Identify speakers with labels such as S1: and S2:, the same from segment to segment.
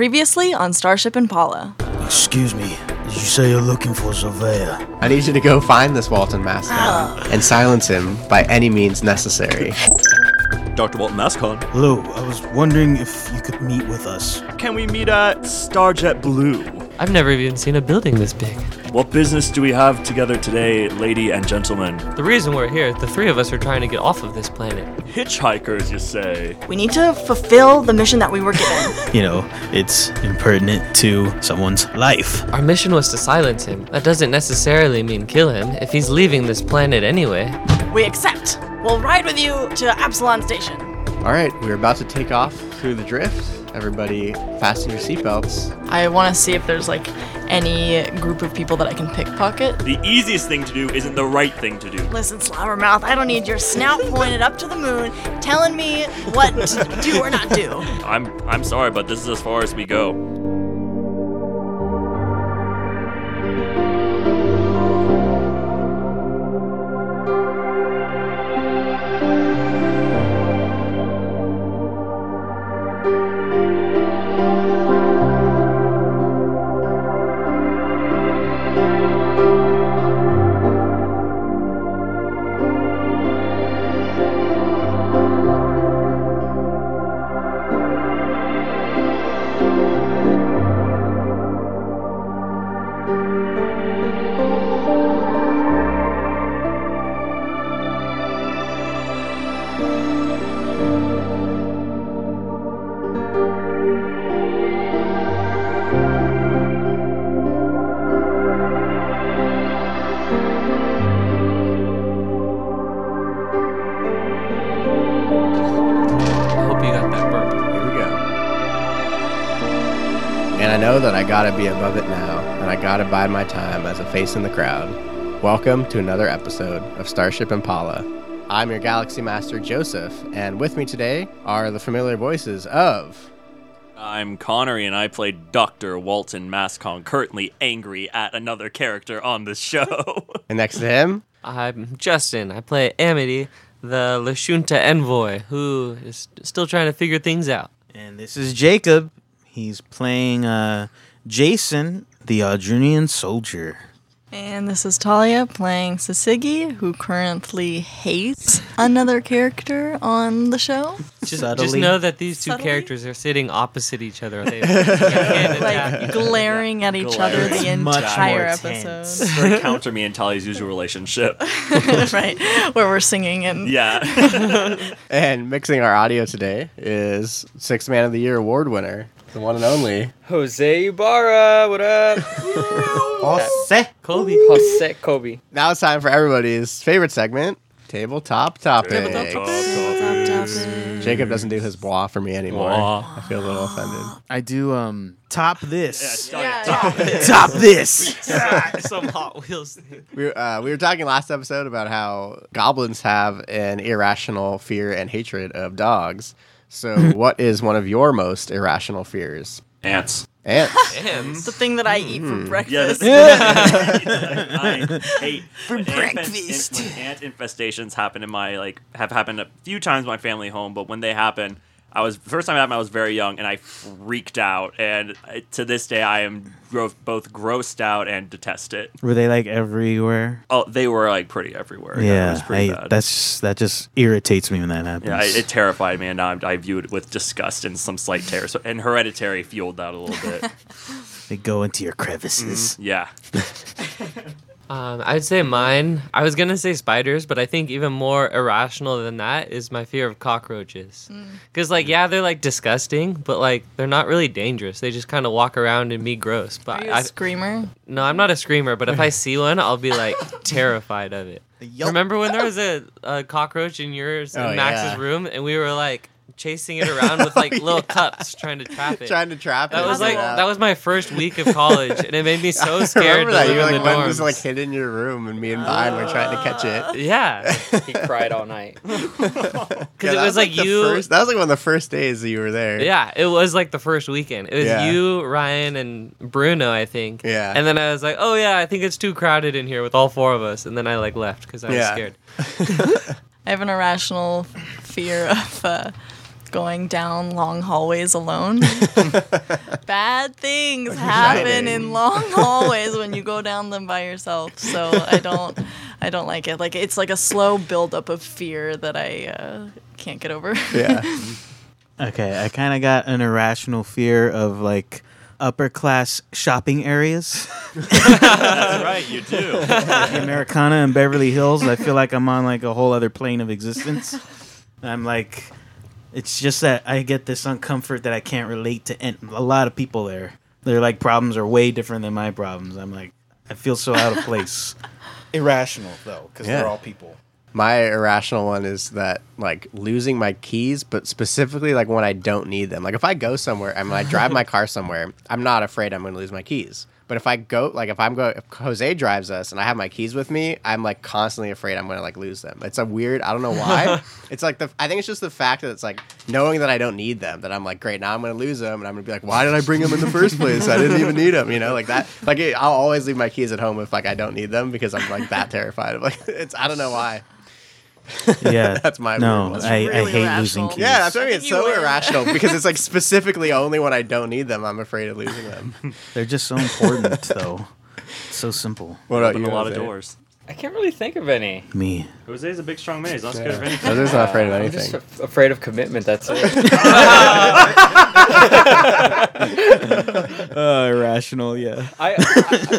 S1: Previously on Starship Impala.
S2: Excuse me, did you say you're looking for Surveyor?
S3: I need you to go find this Walton Mask now and silence him by any means necessary.
S4: Dr. Walton Ascon.
S2: Lou, I was wondering if you could meet with us.
S4: Can we meet at Starjet Blue?
S5: I've never even seen a building this big.
S4: What business do we have together today, lady and gentlemen?
S5: The reason we're here, the three of us are trying to get off of this planet.
S4: Hitchhikers, you say?
S1: We need to fulfill the mission that we were given.
S6: you know, it's impertinent to someone's life.
S5: Our mission was to silence him. That doesn't necessarily mean kill him if he's leaving this planet anyway.
S1: we accept. We'll ride with you to Absalon Station.
S3: All right, we're about to take off through the drift. Everybody, fasten your seatbelts.
S1: I want to see if there's like any group of people that I can pickpocket.
S4: The easiest thing to do isn't the right thing to do.
S1: Listen, Slobbermouth, I don't need your snout pointed up to the moon telling me what to do or not do.
S4: I'm I'm sorry, but this is as far as we go.
S5: I hope you got that burp.
S3: Here we go. And I know that I gotta be above it now, and I gotta bide my time as a face in the crowd. Welcome to another episode of Starship Impala. I'm your Galaxy Master, Joseph, and with me today are the familiar voices of.
S4: I'm Connery and I play Dr. Walton Mascon, currently angry at another character on the show.
S3: And next to him,
S5: I'm Justin. I play Amity, the Lashunta envoy, who is still trying to figure things out.
S6: And this is Jacob. He's playing uh, Jason, the Audrunian soldier.
S1: And this is Talia playing Sisigi, who currently hates another character on the show.
S5: Just, just
S6: Subtly.
S5: know that these two
S1: Subtly?
S5: characters are sitting opposite each other. They, they can't attack
S1: Like glaring at each other the
S6: It's much
S1: entire
S6: more
S1: episode.
S4: Very counter me and Tali's usual relationship.
S1: right. Where we're singing and
S4: Yeah.
S3: and mixing our audio today is Sixth Man of the Year award winner, the one and only
S7: Jose Ibarra, what up?
S6: Jose.
S5: Colby.
S7: Jose Kobe.
S3: Now it's time for everybody's favorite segment, tabletop topics. Jacob doesn't do his blah for me anymore.
S4: Blah.
S3: I feel a little offended.
S6: I do um top this.
S1: Yeah,
S6: top this.
S5: Some Hot Wheels thing.
S3: We, uh, we were talking last episode about how goblins have an irrational fear and hatred of dogs. So, what is one of your most irrational fears?
S4: Ants.
S3: Ants.
S1: the thing that I eat for
S4: Hmm. Yeah,
S1: breakfast.
S4: that's- I hate for breakfast. when ant infestations happen in my like have happened a few times in my family home, but when they happen, I was first time it happened. I was very young and I freaked out, and I, to this day I am gro- both grossed out and detest it.
S6: Were they like everywhere?
S4: Oh, they were like pretty everywhere. it was
S6: Yeah,
S4: pretty
S6: I,
S4: bad.
S6: that's just, that just irritates me when that happens.
S4: yeah, I- it terrified me, and now I'm, I view it with disgust and some slight terror. So, and hereditary fueled that a little bit.
S6: they go into your crevices.
S4: yeah,
S5: Um, I'd say
S1: Mm-hmm.
S5: mine. I was gonna say spiders, but I think even more irrational than that is my fear of cockroaches.
S1: Mm.
S5: Because like, yeah, they're like disgusting, but like they're not really dangerous. They just kind of walk around and be gross.
S1: Are
S5: But
S1: you
S5: I,
S1: a screamer?
S5: no, I'm not a screamer. But if I see one, I'll be like terrified of it. Remember when there was a, a cockroach in yours in
S3: Oh,
S5: Max's
S3: yeah. Oh,
S5: room, and we were like chasing it around with like little cups trying to trap it.
S3: Trying to trap
S5: that
S3: it.
S5: was like
S3: Yeah.
S5: that was my first week of college, and it made me so scared
S3: Remember
S5: to
S3: that?
S5: live
S3: You
S5: in
S3: like
S5: the
S3: went just
S5: dorms.
S3: like hid in your room, and me and Vine were trying to catch it.
S5: yeah.
S7: He cried all night.
S3: Yeah,
S5: Because
S3: that
S5: it was like,
S3: the
S5: you.
S3: first- that was like one of the first days that you were there.
S5: yeah, it was like the first weekend. It was
S3: Yeah.
S5: you, Ryan, and Bruno, I think.
S3: Yeah.
S5: And then I was like, oh yeah, I think it's too crowded in here with all four of us. And then I like left because I was
S3: Yeah.
S5: scared.
S1: I have an irrational fear of uh, going down long hallways alone. Bad things happen
S3: Exciting.
S1: in long hallways when you go down them by yourself. So I don't, I don't like it. Like it's like a slow buildup of fear that I uh, can't get over.
S3: Yeah.
S4: Mm.
S6: Okay, I kind of got an irrational fear of like upper class shopping areas,
S4: That's right, you do.
S6: like Americana and Beverly Hills. I feel like I'm on like a whole other plane of existence. I'm like, it's just that I get this uncomfort that I can't relate to an- a lot of people there. Their like problems are way different than my problems. I'm like, I feel so out of place. Irrational though, because
S3: Yeah.
S6: they're all people.
S3: My irrational one is that like losing my keys, but specifically like when I don't need them. Like if I go somewhere and when I drive my car somewhere, I'm not afraid I'm going to lose my keys. But if I go, like if I'm going, if Jose drives us and I have my keys with me, I'm like constantly afraid I'm going to like lose them. It's a weird, I don't know why. it's like the, I think it's just the fact that it's like knowing that I don't need them, that I'm like, great, now I'm going to lose them. And I'm going to be like, why did I bring them in the first place? I didn't even need them, you know, like that. Like it, I'll always leave my keys at home if like I don't need them because I'm like that terrified of like, it's, I don't know why.
S6: Yeah,
S3: That's my weird
S6: no.
S3: one.
S6: I, I
S1: Really
S6: hate
S1: irrational.
S6: losing keys.
S3: Yeah, that's what I mean. It's
S1: You
S3: so
S1: win.
S3: irrational because it's like specifically only when I don't need them, I'm afraid of losing them.
S6: They're just so important, though. So simple.
S3: What about
S4: Open
S3: you?
S4: a lot of
S3: Jose?
S4: doors.
S7: I can't really think of any.
S6: Me.
S4: Jose's a big, strong man. He's not scared of
S3: Yeah.
S4: anything.
S3: Jose's not afraid of
S7: I'm just
S3: anything.
S7: af- afraid of commitment. That's it.
S6: Uh, irrational. Yeah.
S7: I,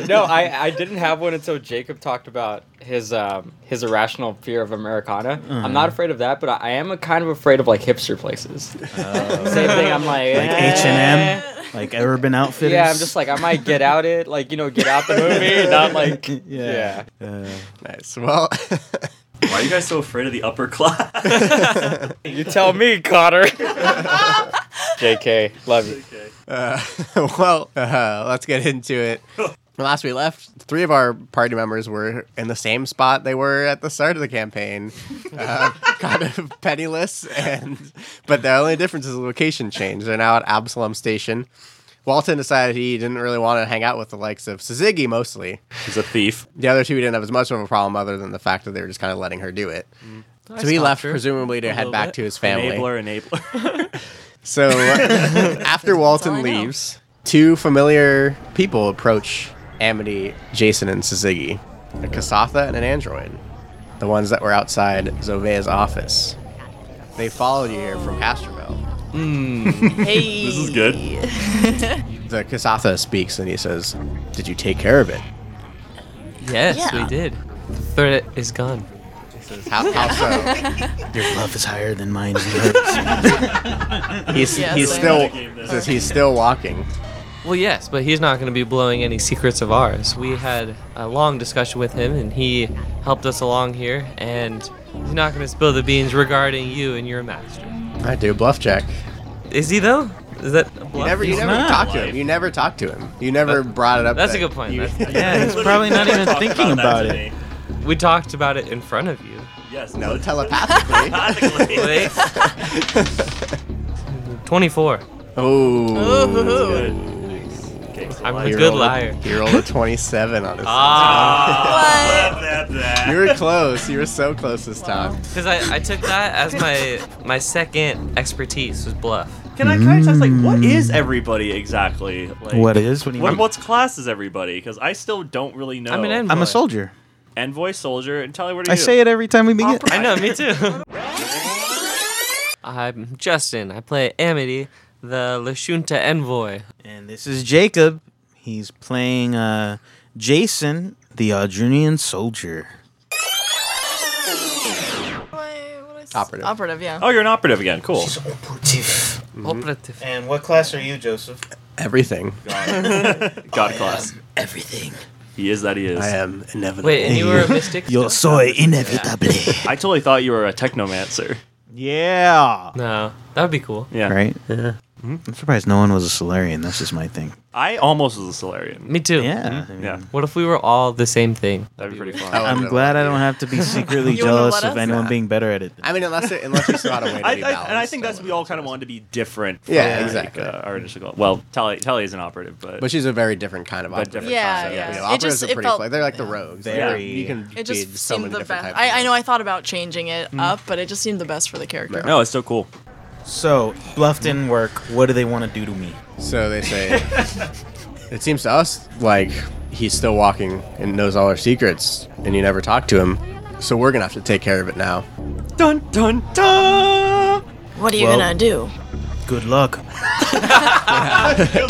S7: I no, I, I didn't have one until Jacob talked about his um his irrational fear of Americana. I'm not afraid of that, but I, I am kind of afraid of like hipster places. Same thing. I'm like
S6: Like
S7: eh.
S6: H and M, like Urban Outfitters.
S7: Yeah, I'm just like I might get out it, like you know, get out the movie, not like
S6: yeah.
S7: yeah.
S6: Uh,
S3: Nice. Well,
S4: Why are you guys so afraid of the upper class?
S7: You tell me, Connor. Jk, love you.
S3: uh, well, uh, let's get into it. Last we left, three of our party members were in the same spot they were at the start of the campaign, uh, kind of penniless, and but the only difference is the location change. They're now at Absalom Station. Walton decided he didn't really want to hang out with the likes of Sazigi mostly,
S4: He's a thief.
S3: The other two we didn't have as much of a problem, other than the fact that they were just kind of letting her do it.
S1: Mm.
S3: So he
S5: stopped
S3: left,
S5: her
S3: presumably, to head
S5: little
S3: back
S5: bit.
S3: to his family.
S4: Enabler, enabler.
S3: So after
S1: all I
S3: Walton
S1: know.
S3: leaves, two familiar people approach Amity, Jason, and Sazigi a Kasatha and an android, the ones that were outside Zovea's office. They followed you here from Castroville.
S1: hey,
S4: This is good.
S3: The Kasatha speaks and he says, Did you take care of it?
S5: Yes,
S1: Yeah.
S5: we did. The threat is gone.
S3: How, how so?
S6: your love is higher than mine. and yours.
S3: He's,
S1: Yes,
S3: he's
S1: I
S3: still
S4: know.
S3: says he's still walking.
S5: Well, yes, but he's not going to be blowing any secrets of ours. We had a long discussion with him, and he helped us along here, and he's not going to spill the beans regarding you and your master.
S3: I do bluff check.
S5: Is he, though? Is that a
S3: You
S5: bluff?
S3: never, you
S5: He's
S3: never
S5: not.
S3: talked to him. You never talked to him. You never brought it up.
S5: That's
S3: that
S5: a good point.
S3: you-
S5: That's-
S6: yeah, he's probably
S4: Literally
S6: not even
S4: talked
S6: thinking about
S4: that
S6: it.
S4: today.
S5: We talked about it in front of you.
S4: Yes.
S3: no, telepathically.
S4: telepathically.
S5: Wait. 24.
S3: oh,
S1: Ooh.
S4: Good. Cakes
S5: I'm
S4: alive.
S5: a good liar.
S3: He rolled a 27 on his.
S4: Ah,
S1: What?
S4: blah, blah, blah.
S3: You were close. You were so close this time.
S5: Because I, I took that as my my second expertise was bluff.
S4: Can I kind of ask, like, what is everybody exactly? Like,
S6: what is? What do you
S4: What,
S6: mean?
S4: what's class is everybody? Because I still don't really know.
S5: I'm an envoy.
S6: I'm a soldier.
S4: Envoy, soldier, and Tally, what are
S6: I
S4: you?
S6: say it every time we begin.
S4: Opera-
S5: I know, me too. I'm Justin. I play Amity, the Lashunta envoy.
S6: And this is Jacob. He's playing uh, Jason, the Audrunian soldier.
S1: Why- what is-
S3: Operative.
S1: Operative, yeah.
S4: Oh, you're an operative again. Cool.
S6: Operative.
S5: Operative.
S6: And what class are you, Joseph?
S3: Everything.
S4: God class.
S6: Everything.
S4: He is that he is.
S3: I uh,
S4: I,
S3: am inevitable.
S5: Wait, and you were a mystic?
S6: Yo soy inevitable.
S4: totally thought you were a technomancer.
S6: yeah.
S5: No, that would be cool.
S4: Yeah.
S6: Right? Yeah. I'm surprised no one was a Solarian. That's just my thing.
S4: I almost was a Solarian.
S5: Me too.
S6: Yeah.
S8: Mm-hmm.
S6: I mean,
S4: Yeah.
S5: What if we were all the same thing?
S4: That'd be
S3: I
S4: pretty fun.
S3: would
S6: I'm
S3: have-
S6: glad I don't have to be secretly
S1: You wanna
S6: jealous
S1: let
S6: of
S1: us?
S6: anyone
S3: Nah.
S6: being better at it.
S3: I mean, unless it, unless you still had a way to
S4: I,
S3: be
S4: I-
S3: balanced.
S4: and I think that's we all kind of wanted to be different. From
S3: Yeah,
S4: like,
S3: exactly.
S4: uh, our initial goal. Well, Tally, Tally is an operative, but,
S3: But she's a very different kind of
S4: But
S3: operative.
S4: different
S1: Yeah,
S4: concept,
S1: yeah.
S4: you know,
S1: It just
S3: operatives are
S1: it
S3: pretty
S1: felt
S3: cla- They're like the rogues.
S6: Very-
S3: Yeah. You can
S1: it just
S3: be so
S1: seemed
S3: many
S1: the
S3: different
S1: best.
S3: types of Hmm.
S1: I, I know
S3: rogues.
S1: I thought about changing it up, but it just seemed the best for the character.
S4: no, it's so cool.
S6: So, bluff didn't work. What do they want to do to me?
S3: So they say. it seems to us like he's still walking and knows all our secrets, and you never talk to him. So we're gonna have to take care of it now.
S4: Dun dun dun.
S1: What are you
S6: Well-
S1: gonna do?
S6: Good luck.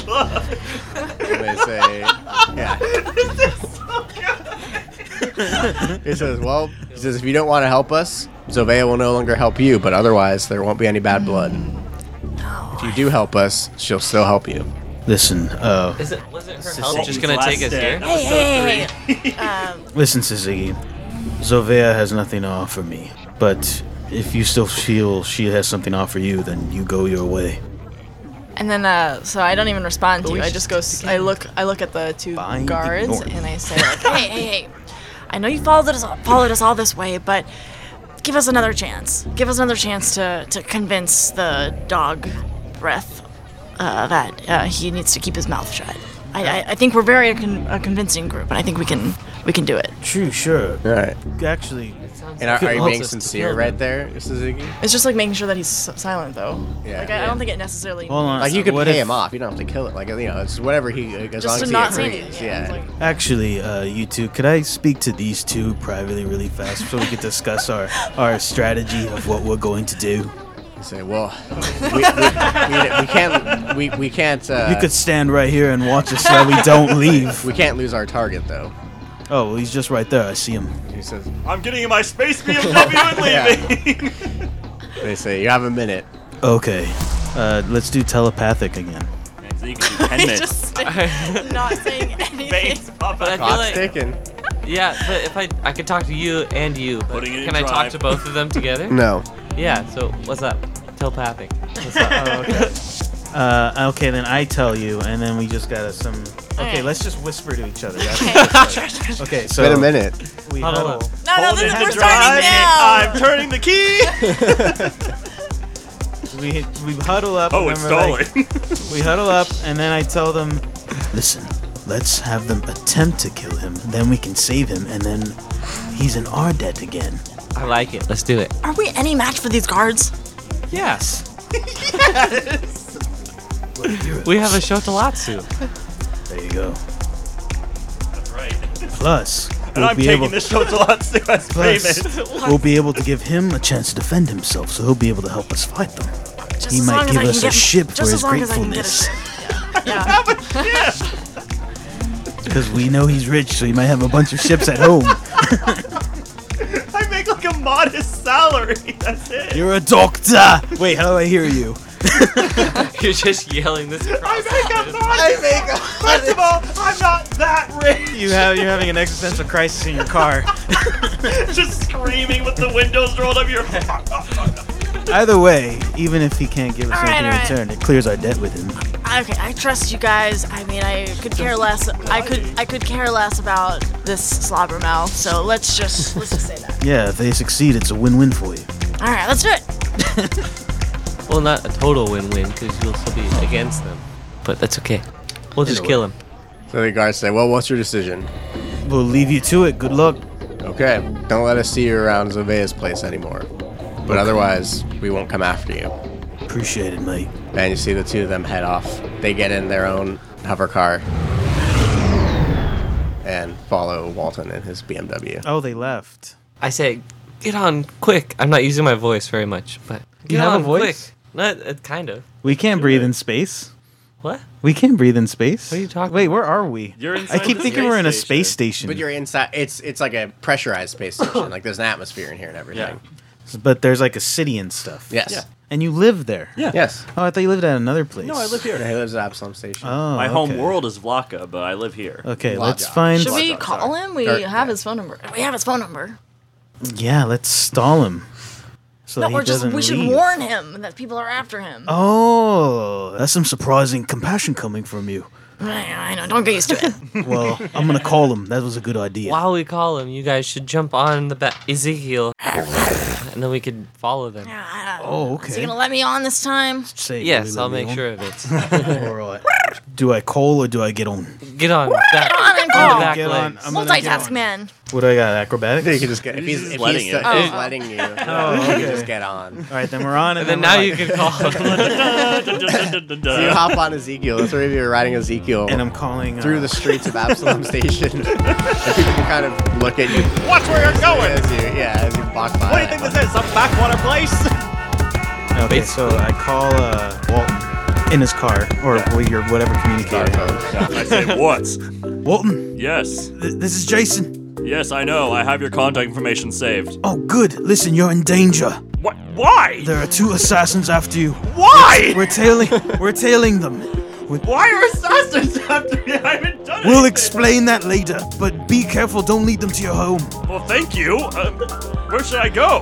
S3: And they say, yeah. he says, well, he says if you don't want to help us, Zovea will no longer help you, but otherwise there won't be any bad blood. If you do help us, she'll still help you.
S6: Listen, uh,
S5: Is it wasn't her
S6: Well,
S5: help just gonna take us here?
S1: Hey, hey, hey, hey. um,
S6: listen, Suzuki. Zovea has nothing to offer me, but if you still feel she has something to offer you, then you go your way.
S1: and then, uh, so I don't even respond to
S6: we
S1: you. I
S6: should
S1: just go. s- I look. I look at the two
S6: Find the
S1: guards,
S6: north.
S1: and I say, like, "Hey, hey, hey! I know you followed us, followed us all this way, but give us another chance. Give us another chance to to convince the dog breath uh, that uh, he needs to keep his mouth shut. I, I, I think we're very a, con- a convincing group, and I think we can we can do it.
S6: True, sure.
S3: All right.
S6: Actually,
S3: And are, are you
S5: Helps
S3: being
S5: us to
S3: sincere
S5: kill
S3: right there, Suzuki? Oh,
S1: It's just like making sure that he's s- silent, though.
S3: Yeah.
S1: Like I, I don't think it necessarily.
S6: hold on.
S3: Like you could
S6: what
S3: pay
S6: if-
S3: him off. You don't have to kill it. Like you know, it's whatever he as
S1: Just
S3: long
S1: to
S3: as
S1: not
S3: he
S1: say
S3: agrees.
S1: anything. Yeah, it's
S3: Yeah.
S1: like-
S6: Actually, uh, you two, could I speak to these two privately really fast so we could discuss our, our strategy of what we're going to do?
S3: You say, well, we, we, we, we can't we, we can't uh,
S6: You could stand right here and watch us so that we don't leave.
S3: we can't lose our target though.
S6: Oh, well, he's just right there. I see him.
S3: He says,
S4: I'm getting in my space BMW and leaving.
S3: they say you have a minute.
S6: Okay. Uh, let's do telepathic again.
S4: so you can do 10
S1: He's
S4: minutes.
S1: just sta- not saying anything.
S4: Space, Papa.
S5: But I feel
S3: Clock's
S5: like
S3: ticking.
S5: yeah, but if I I could talk to you and you, but
S4: Putting it in
S5: can I talk
S4: drive.
S5: to both of them together?
S3: No.
S5: Yeah. So what's up? Telepathic. What's up?
S6: Uh, okay, then I tell you, and then we just got some. Okay,
S1: Alright.
S6: let's just whisper to each other. That's- okay, so
S3: Wait a minute.
S6: we
S5: Hold on.
S6: huddle.
S1: No, no,
S4: Hold
S1: this
S4: it
S1: is
S4: and
S1: we're
S4: drive.
S1: starting now.
S4: I'm turning the key.
S6: We, we huddle up.
S4: oh,
S6: and
S4: it's
S6: then we're like-
S4: stolen.
S6: We huddle up, and then I tell them, "Listen, let's have them attempt to kill him. Then we can save him, and then he's in our debt again."
S5: I like it. Let's do it.
S1: Are we any match for these guards?
S6: Yes. yes.
S5: We have a shotolatsu.
S6: There you go.
S4: That's right.
S6: Plus,
S4: And
S6: we'll
S4: I'm
S6: be able.
S4: taking this show to lots of us
S6: Plus,
S4: payment.
S6: we'll be able to give him a chance to defend himself, so he'll be able to help us fight them.
S1: Just
S6: He
S1: as
S6: might
S1: long
S6: give
S1: as I
S6: us
S1: can
S6: a
S1: get,
S6: ship for
S1: just
S6: his
S1: as long as I can get a
S6: gratefulness.
S1: ship. Yeah. yeah.
S6: Because we know he's rich, so he might have a bunch of ships at home.
S4: I make like a modest salary. That's it.
S6: You're a doctor. Wait, how do I hear you?
S5: You're just yelling this.
S4: I make a modest. First of all, I'm not that rich.
S6: You have you're having an existential crisis in your car.
S4: Just screaming with the windows rolled up. Your
S6: Either way, even if he can't give us
S1: All right,
S6: anything
S1: all right.
S6: in return, it clears our debt with him.
S1: Okay, I trust you guys. I mean, I could care less. I could I could care less about this slobbermouth. So let's just let's just say that.
S6: Yeah, if they succeed, it's a win-win for you.
S1: All right, let's do it.
S5: Well, not a total win-win because you'll still be against them, but that's okay. We'll just kill him.
S3: So the guards say, well, what's your decision?
S6: We'll leave you to it. Good luck.
S3: Okay, don't let us see you around Zovea's place anymore. But otherwise, we won't come after you.
S6: Appreciate it, mate.
S3: And you see the two of them head off. They get in their own hover car and follow Walton in his BMW.
S6: Oh, they left.
S5: I say, get on quick. I'm not using my voice very much, but get
S6: have a
S5: on
S6: voice?
S5: Quick. Not uh, kind of.
S6: We can't breathe in space.
S5: What?
S6: We can't breathe in space.
S5: What are you talking
S6: Wait, where are we?
S4: You're
S6: I
S4: inside
S6: keep
S4: the
S6: thinking
S4: space
S6: we're in a
S4: station.
S6: space station.
S3: But you're inside. It's it's like a pressurized space station. like there's an atmosphere in here and everything.
S6: But there's like a city and stuff.
S3: Yes.
S4: Yeah.
S6: And you live there.
S4: Yeah.
S3: Yes.
S6: Oh, I thought you lived at another place.
S4: No, I live
S3: He
S4: here.
S3: lives at Absalom Station.
S6: Oh,
S4: My home
S6: okay.
S4: world is Vlaka, but I live here.
S6: Okay,
S3: Lot
S6: let's
S3: job.
S6: find.
S1: Should we
S3: Sorry,
S1: call
S3: sorry.
S1: him? We
S3: Or-
S1: have his phone number. We have his phone number.
S6: Yeah, let's stall him. So that
S1: No,
S6: he
S1: or just
S6: doesn't
S1: we should
S6: leave.
S1: warn him that people are after him.
S6: Oh, that's some surprising compassion coming from you.
S1: I know. Don't get used to it.
S6: Well, I'm gonna call him. That was a good idea.
S5: While we call him, you guys should jump on the back Ezekiel, and then we could follow them.
S6: Oh,
S1: Is
S6: okay.
S1: he gonna let me on this time?
S6: Say,
S5: Yes,
S6: really
S5: I'll
S6: let me
S5: make
S6: on.
S5: sure of it.
S6: All right. Do I call or do I get on?
S5: Get on. That.
S1: On and
S5: the back
S6: Get on-
S5: legs.
S6: I'm gonna get
S1: Multitask
S6: on.
S1: man.
S6: What do I got? Acrobatics.
S3: Then you can just get if he's,
S4: just
S3: if
S4: letting
S3: he's,
S4: you.
S3: if he's
S1: Oh.
S3: letting you,
S6: Oh,
S3: you can
S6: okay.
S3: just get on.
S6: All right, then we're on.
S5: And then now
S6: we're
S5: you
S6: on.
S5: can call him.
S3: So you hop on Ezekiel. The three of you are riding Ezekiel
S6: And I'm calling uh,
S3: through the streets of Absalom Station. and people kind of look at you.
S9: Watch where you're going.
S3: As you, yeah, as you walk by.
S9: What do you think this is? Some backwater place?
S6: Okay, so I call uh, Walton in his car or with your whatever
S3: Sorry,
S6: communicator.
S3: folks. Yeah.
S4: I say what?
S6: Walton,
S4: Yes,
S6: th- this is Jason.
S4: yes, I know. I have your contact information saved.
S6: Oh, good. Listen, you're in danger.
S4: What? Why?
S6: There are two assassins after you.
S4: Why?
S6: We're tailing. we're tailing them. We-
S4: Why are assassins after me? I haven't done
S6: We'll
S4: anything.
S6: explain that later. But be careful. Don't lead them to your home.
S4: Well, thank you. Um, where should I go?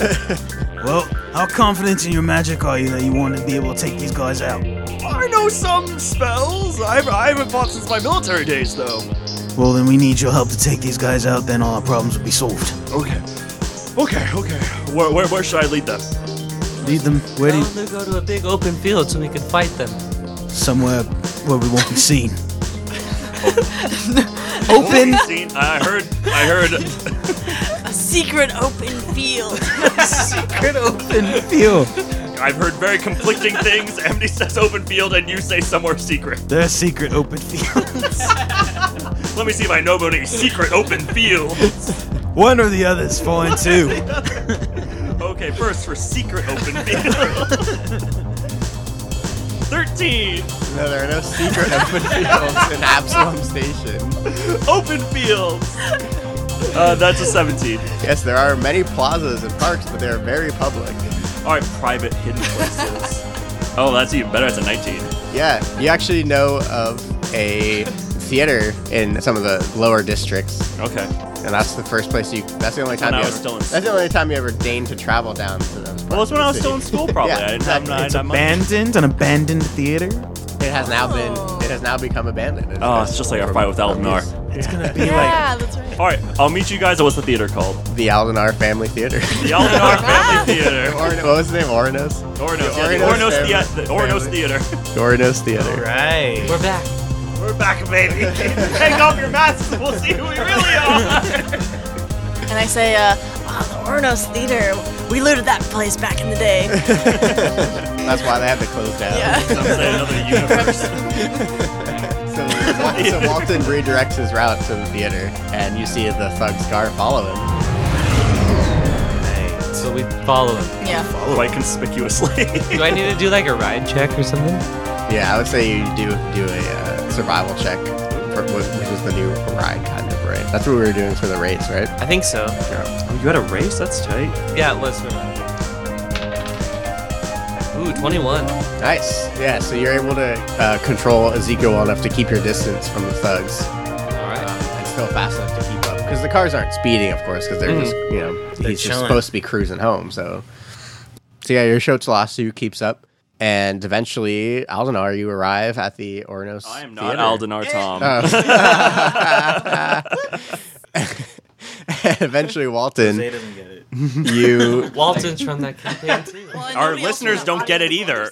S6: Well, how confident in your magic are you that you want to be able to take these guys out?
S9: I know some spells. I've, I haven't fought since my military days, though.
S6: Well, then we need your help to take these guys out. Then all our problems will be solved.
S9: Okay. Okay, okay.
S4: Where, where, where should I lead them?
S6: Lead them. Where do
S5: Tell
S6: you,
S5: him to go to a big open field so we can fight them.
S6: somewhere where we won't be seen. Open.
S4: See, I heard, I heard.
S1: A secret open field.
S6: Secret open field.
S4: I've heard very conflicting things. Emily says open field, and you say somewhere secret.
S6: They're secret open fields.
S4: Let me see if I know about any secret open field.
S6: One or the other is falling too.
S4: Okay, first for secret open field. Thirteen
S3: No, there are no secret open fields in Absalom Station.
S4: open fields. Uh, that's a seventeen.
S3: Yes, there are many plazas and parks, but they are very public.
S4: All right, private hidden places. Oh, that's even better. That's a nineteen.
S3: Yeah, you actually know of a theater in some of the lower districts,
S4: Okay.
S3: and that's the first place you. That's the only time
S4: When I
S3: you
S4: was
S3: ever,
S4: still in
S3: That's the only time you ever deigned to travel down to those.
S4: Well, that's when I was still in
S3: parts of
S4: school, probably.
S3: Yeah,
S4: I didn't have,
S3: exactly.
S4: I didn't
S3: It's
S4: have money.
S6: Abandoned, an abandoned theater.
S3: the city. It has now been. It has now become abandoned.
S4: Oh, it's just like our fight with Aldenar.
S6: It's gonna be like
S1: yeah, that's right.
S4: All right, I'll meet you guys at what's the theater called?
S3: the Aldenar Family Theater.
S4: The Aldenar Family Theater.
S3: Orno, what was the name? Oranos?
S4: Ornos,
S3: The
S4: yeah, the
S3: Ornos family-
S4: Ornos, Thea- the Ornos
S3: family.
S4: Theater.
S3: Oranos Theater.
S6: right.
S5: We're back.
S9: We're back, baby. Take off your masks and we'll see who we really are.
S1: And I say, uh, wow, the Ornos Theater. We looted that place back in the day.
S3: That's why they had to close down.
S1: Yeah.
S4: I'm saying another universe.
S3: So, so Walton redirects his route to the theater, and you see the thug's car follow him.
S5: So we follow him.
S1: yeah.
S4: Quite conspicuously.
S5: Do I need to do like a ride check or something?
S3: Yeah, I would say you do do a uh, survival check, for, wh- which is the new ride kind of right. That's what we were doing for the rates, right?
S5: I think so.
S4: Oh, you had a race? That's tight.
S5: Yeah, it was for Ooh, 21.
S3: Nice. Yeah. So you're able to uh, control Ezekiel well enough to keep your distance from the thugs, Um,
S5: All right.
S3: and still fast enough to keep up because the cars aren't speeding, of course, because they're
S5: Mhm.
S3: just you know
S6: They're
S3: he's just
S6: chilling.
S3: supposed to be cruising home. So, so yeah, your shot's lost, so you keeps up, and eventually, Aldenar, you arrive at the Ornos.
S4: I am not
S3: Theater.
S4: Aldenar Tom.
S3: Uh, Oh. eventually, Walton,
S6: doesn't get it.
S3: you
S5: Walton's from that campaign too.
S4: Our listeners don't get it either.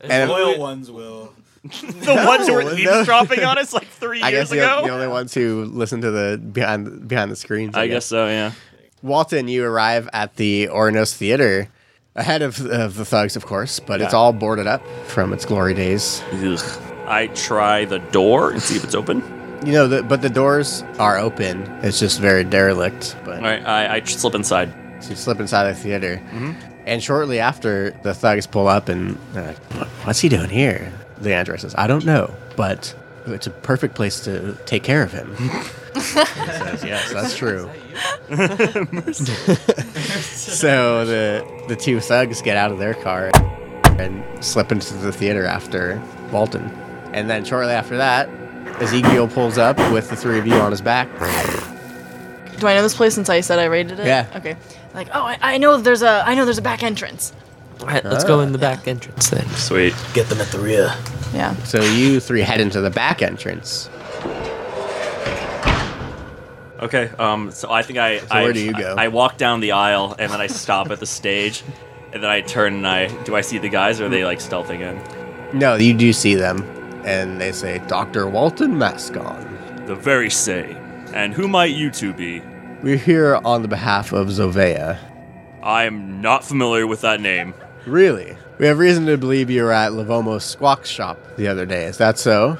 S3: and
S6: ones will.
S9: The ones who were
S3: No.
S9: eavesdropping on us like three
S3: I
S9: years
S3: guess the,
S9: ago.
S3: the only ones who listen to the behind behind the screens.
S4: I guess so, yeah.
S3: Walton, you arrive at the Ornos Theater ahead of, of the thugs, of course, but it's
S4: Yeah.
S3: all boarded up from its glory days.
S4: I try the door and see if it's open.
S3: You know, the, but the doors are open. It's just very derelict. But
S4: All right, I, I slip inside.
S3: so you slip inside the theater, and shortly after, the thugs pull up and they're like, "What- "What's he doing here?" Leandro says, "I don't know, but." It's a perfect place to take care of him. He says, yes, that's true. so the the two thugs get out of their car and slip into the theater after Walton. And then shortly after that, Ezekiel pulls up with the three of you on his back.
S1: Do I know this place since I said I rated it?
S3: Yeah.
S1: Okay. Like, oh, I, I know there's a, I know there's a back entrance.
S5: All right, let's go in the back entrance then.
S4: Sweet.
S2: Get them at the rear.
S1: Yeah.
S3: So you three head into the back entrance.
S4: Okay, um, so I think I. I
S3: where do you go?
S4: I, walk down the aisle and then I stop at the stage. And then I turn and I. Do I see the guys or are they like stealthing in?
S3: No, you do see them, and they say, Dr. Walton Mask on.
S4: the very same. And who might you two be?
S3: We're here on the behalf of Zovea.
S4: I'm not familiar with that name.
S3: Really? We have reason to believe you were at Lavomo's Squawk's shop the other day. Is that so?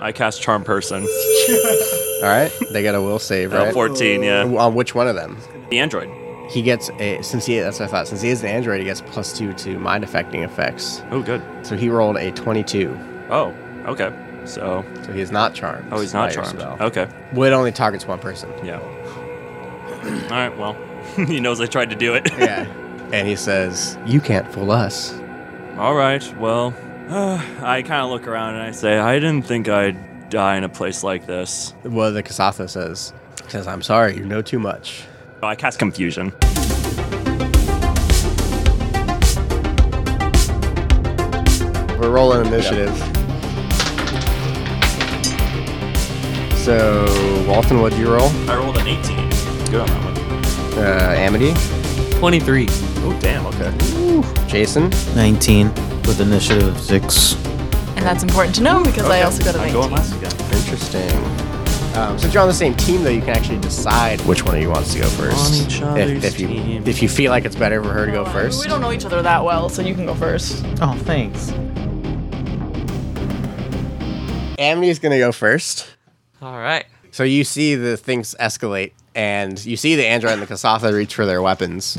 S4: I cast Charm Person.
S3: All right. They got a will save,
S4: Uh,
S3: right? Oh.
S4: 14, yeah.
S3: On which one of them?
S4: The android.
S3: He gets a since he that's what I thought. Since he is an android, he gets plus two to mind affecting effects.
S4: Oh, good.
S3: So he rolled a twenty-two.
S4: Oh, okay. So,
S3: So he is not charmed.
S4: oh, he's not
S3: by your
S4: charmed.
S3: spell.
S4: Okay,
S3: Wood only targets one person.
S4: yeah. All right, well, he knows I tried to do it.
S3: Yeah. and he says, "You can't fool us."
S4: All right, well, I kind of look around and I say, I didn't think I'd die in a place like this.
S3: Well, the Kasatha says, "says I'm sorry. You know too much."
S4: I cast Confusion.
S3: We're rolling initiative. So Walton, what'd you roll?
S4: I rolled an 18. Good on that one.
S3: Uh, Amity,
S5: 23.
S4: Oh, damn, okay.
S3: Jason,
S6: 19 with initiative of 6.
S1: And that's important to know because I also got a
S4: I'm going
S1: 19.
S4: last again.
S3: Interesting. Um, since you're on the same team, though, you can actually decide which one of you wants to go first.
S6: On each
S3: if,
S6: other's
S3: if you
S6: team.
S3: if you feel like it's better for her to go first.
S1: We don't know each other that well, so you can go first.
S6: Oh, thanks.
S3: Amity's gonna go first.
S5: All right.
S3: So you see the things escalate, and you see the android and the Kasatha reach for their weapons.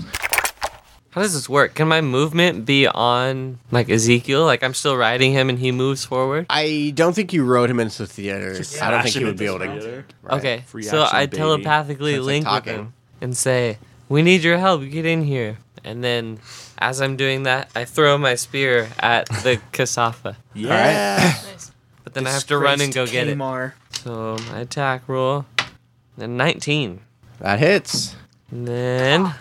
S5: How does this work? Can my movement be on like Ezekiel? Like I'm still riding him and he moves forward?
S3: I don't think you rode him into the theater. I don't think
S4: smash
S3: he
S4: him
S3: would be able
S4: into the
S3: to. Right.
S5: Okay.
S4: Free
S5: So
S4: action,
S5: I
S4: baby.
S5: telepathically
S3: Sounds like
S5: link with
S3: talking.
S5: him and say, "We need your help. Get in here." And then as I'm doing that, I throw my spear at the Kasafa.
S3: All right.
S5: But then I have to run and go get it.
S6: Kmart.
S5: So my attack roll, then 19,
S3: That hits.
S5: and then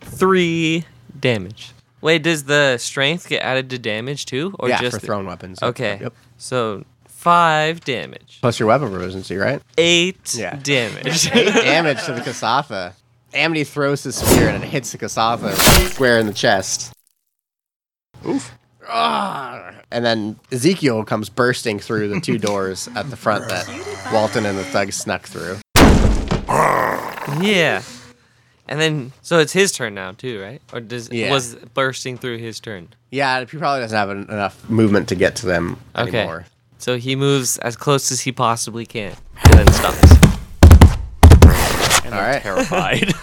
S5: three damage. Wait, does the strength get added to damage too, or
S3: yeah,
S5: just
S3: for thrown weapons.
S5: Okay,
S3: Yep.
S5: so five damage,
S3: Plus your weapon proficiency, right?
S5: eight
S3: Yeah.
S5: damage.
S3: Eight damage to the Kasatha. Amity throws his spear and it hits the Kasatha right square in the chest. Oof. Ah. And then Ezekiel comes bursting through the two doors at the front that Walton and the thug snuck through.
S5: yeah, and then so it's his turn now too, right? Or does
S3: Yeah.
S5: was bursting through his turn?
S3: Yeah, he probably doesn't have en- enough movement to get to them
S5: Okay.
S3: anymore.
S5: So he moves as close as he possibly can, and then stops.
S4: And
S3: All
S4: I'm
S3: right.
S4: terrified.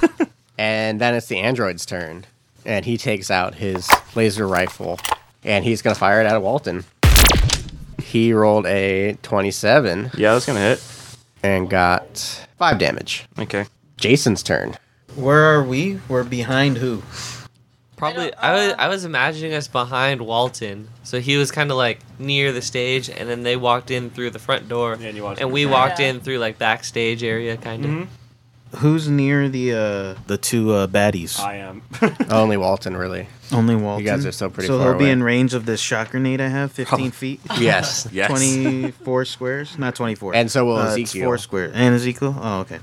S3: And then it's the android's turn. And he takes out his laser rifle and he's going to fire it at Walton. He rolled a 27
S4: yeah, that's going to hit.
S3: and got 5 damage.
S4: Okay.
S3: Jason's turn.
S6: Where are we? We're behind who?
S5: Probably, I, was I was imagining us behind Walton, so he was kind of like near the stage, and then they walked in through the front door,
S4: Yeah, and you watched Mm-hmm.
S5: and
S4: them.
S5: we walked
S1: Yeah.
S5: in through like backstage area, kind of.
S6: Who's near the uh the two uh, baddies?
S4: I am.
S3: Only Walton, really.
S6: Only Walton.
S3: guys are so pretty
S6: So
S3: far
S6: he'll be
S3: away.
S6: in range of this shock grenade I have, 15 feet.
S3: Yes.
S4: yes.
S6: 24 squares? Not 24.
S3: And so will
S6: Uh, it's
S3: Ezekiel.
S6: four squares. And Ezekiel? Oh, okay.